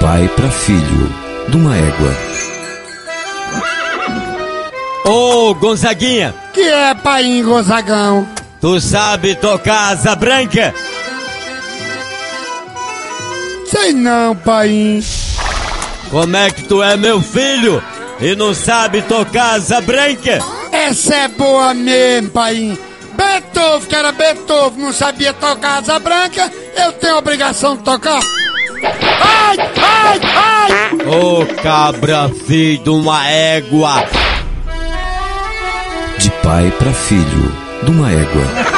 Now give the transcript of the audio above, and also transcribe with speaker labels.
Speaker 1: pai para filho, de uma égua.
Speaker 2: Ô, Gonzaguinha,
Speaker 3: Que é, pai Gonzagão?
Speaker 2: tu sabe tocar asa branca?
Speaker 3: Sei não, pai.
Speaker 2: Como é que tu é meu filho e não sabe tocar asa branca?
Speaker 3: Essa é boa mesmo, pai. Beethoven, que era Beethoven, não sabia tocar asa branca, eu tenho a obrigação de tocar. Ai, ai, ai!
Speaker 2: Ô, cabra filho de uma égua!
Speaker 1: De pai para filho, de uma égua.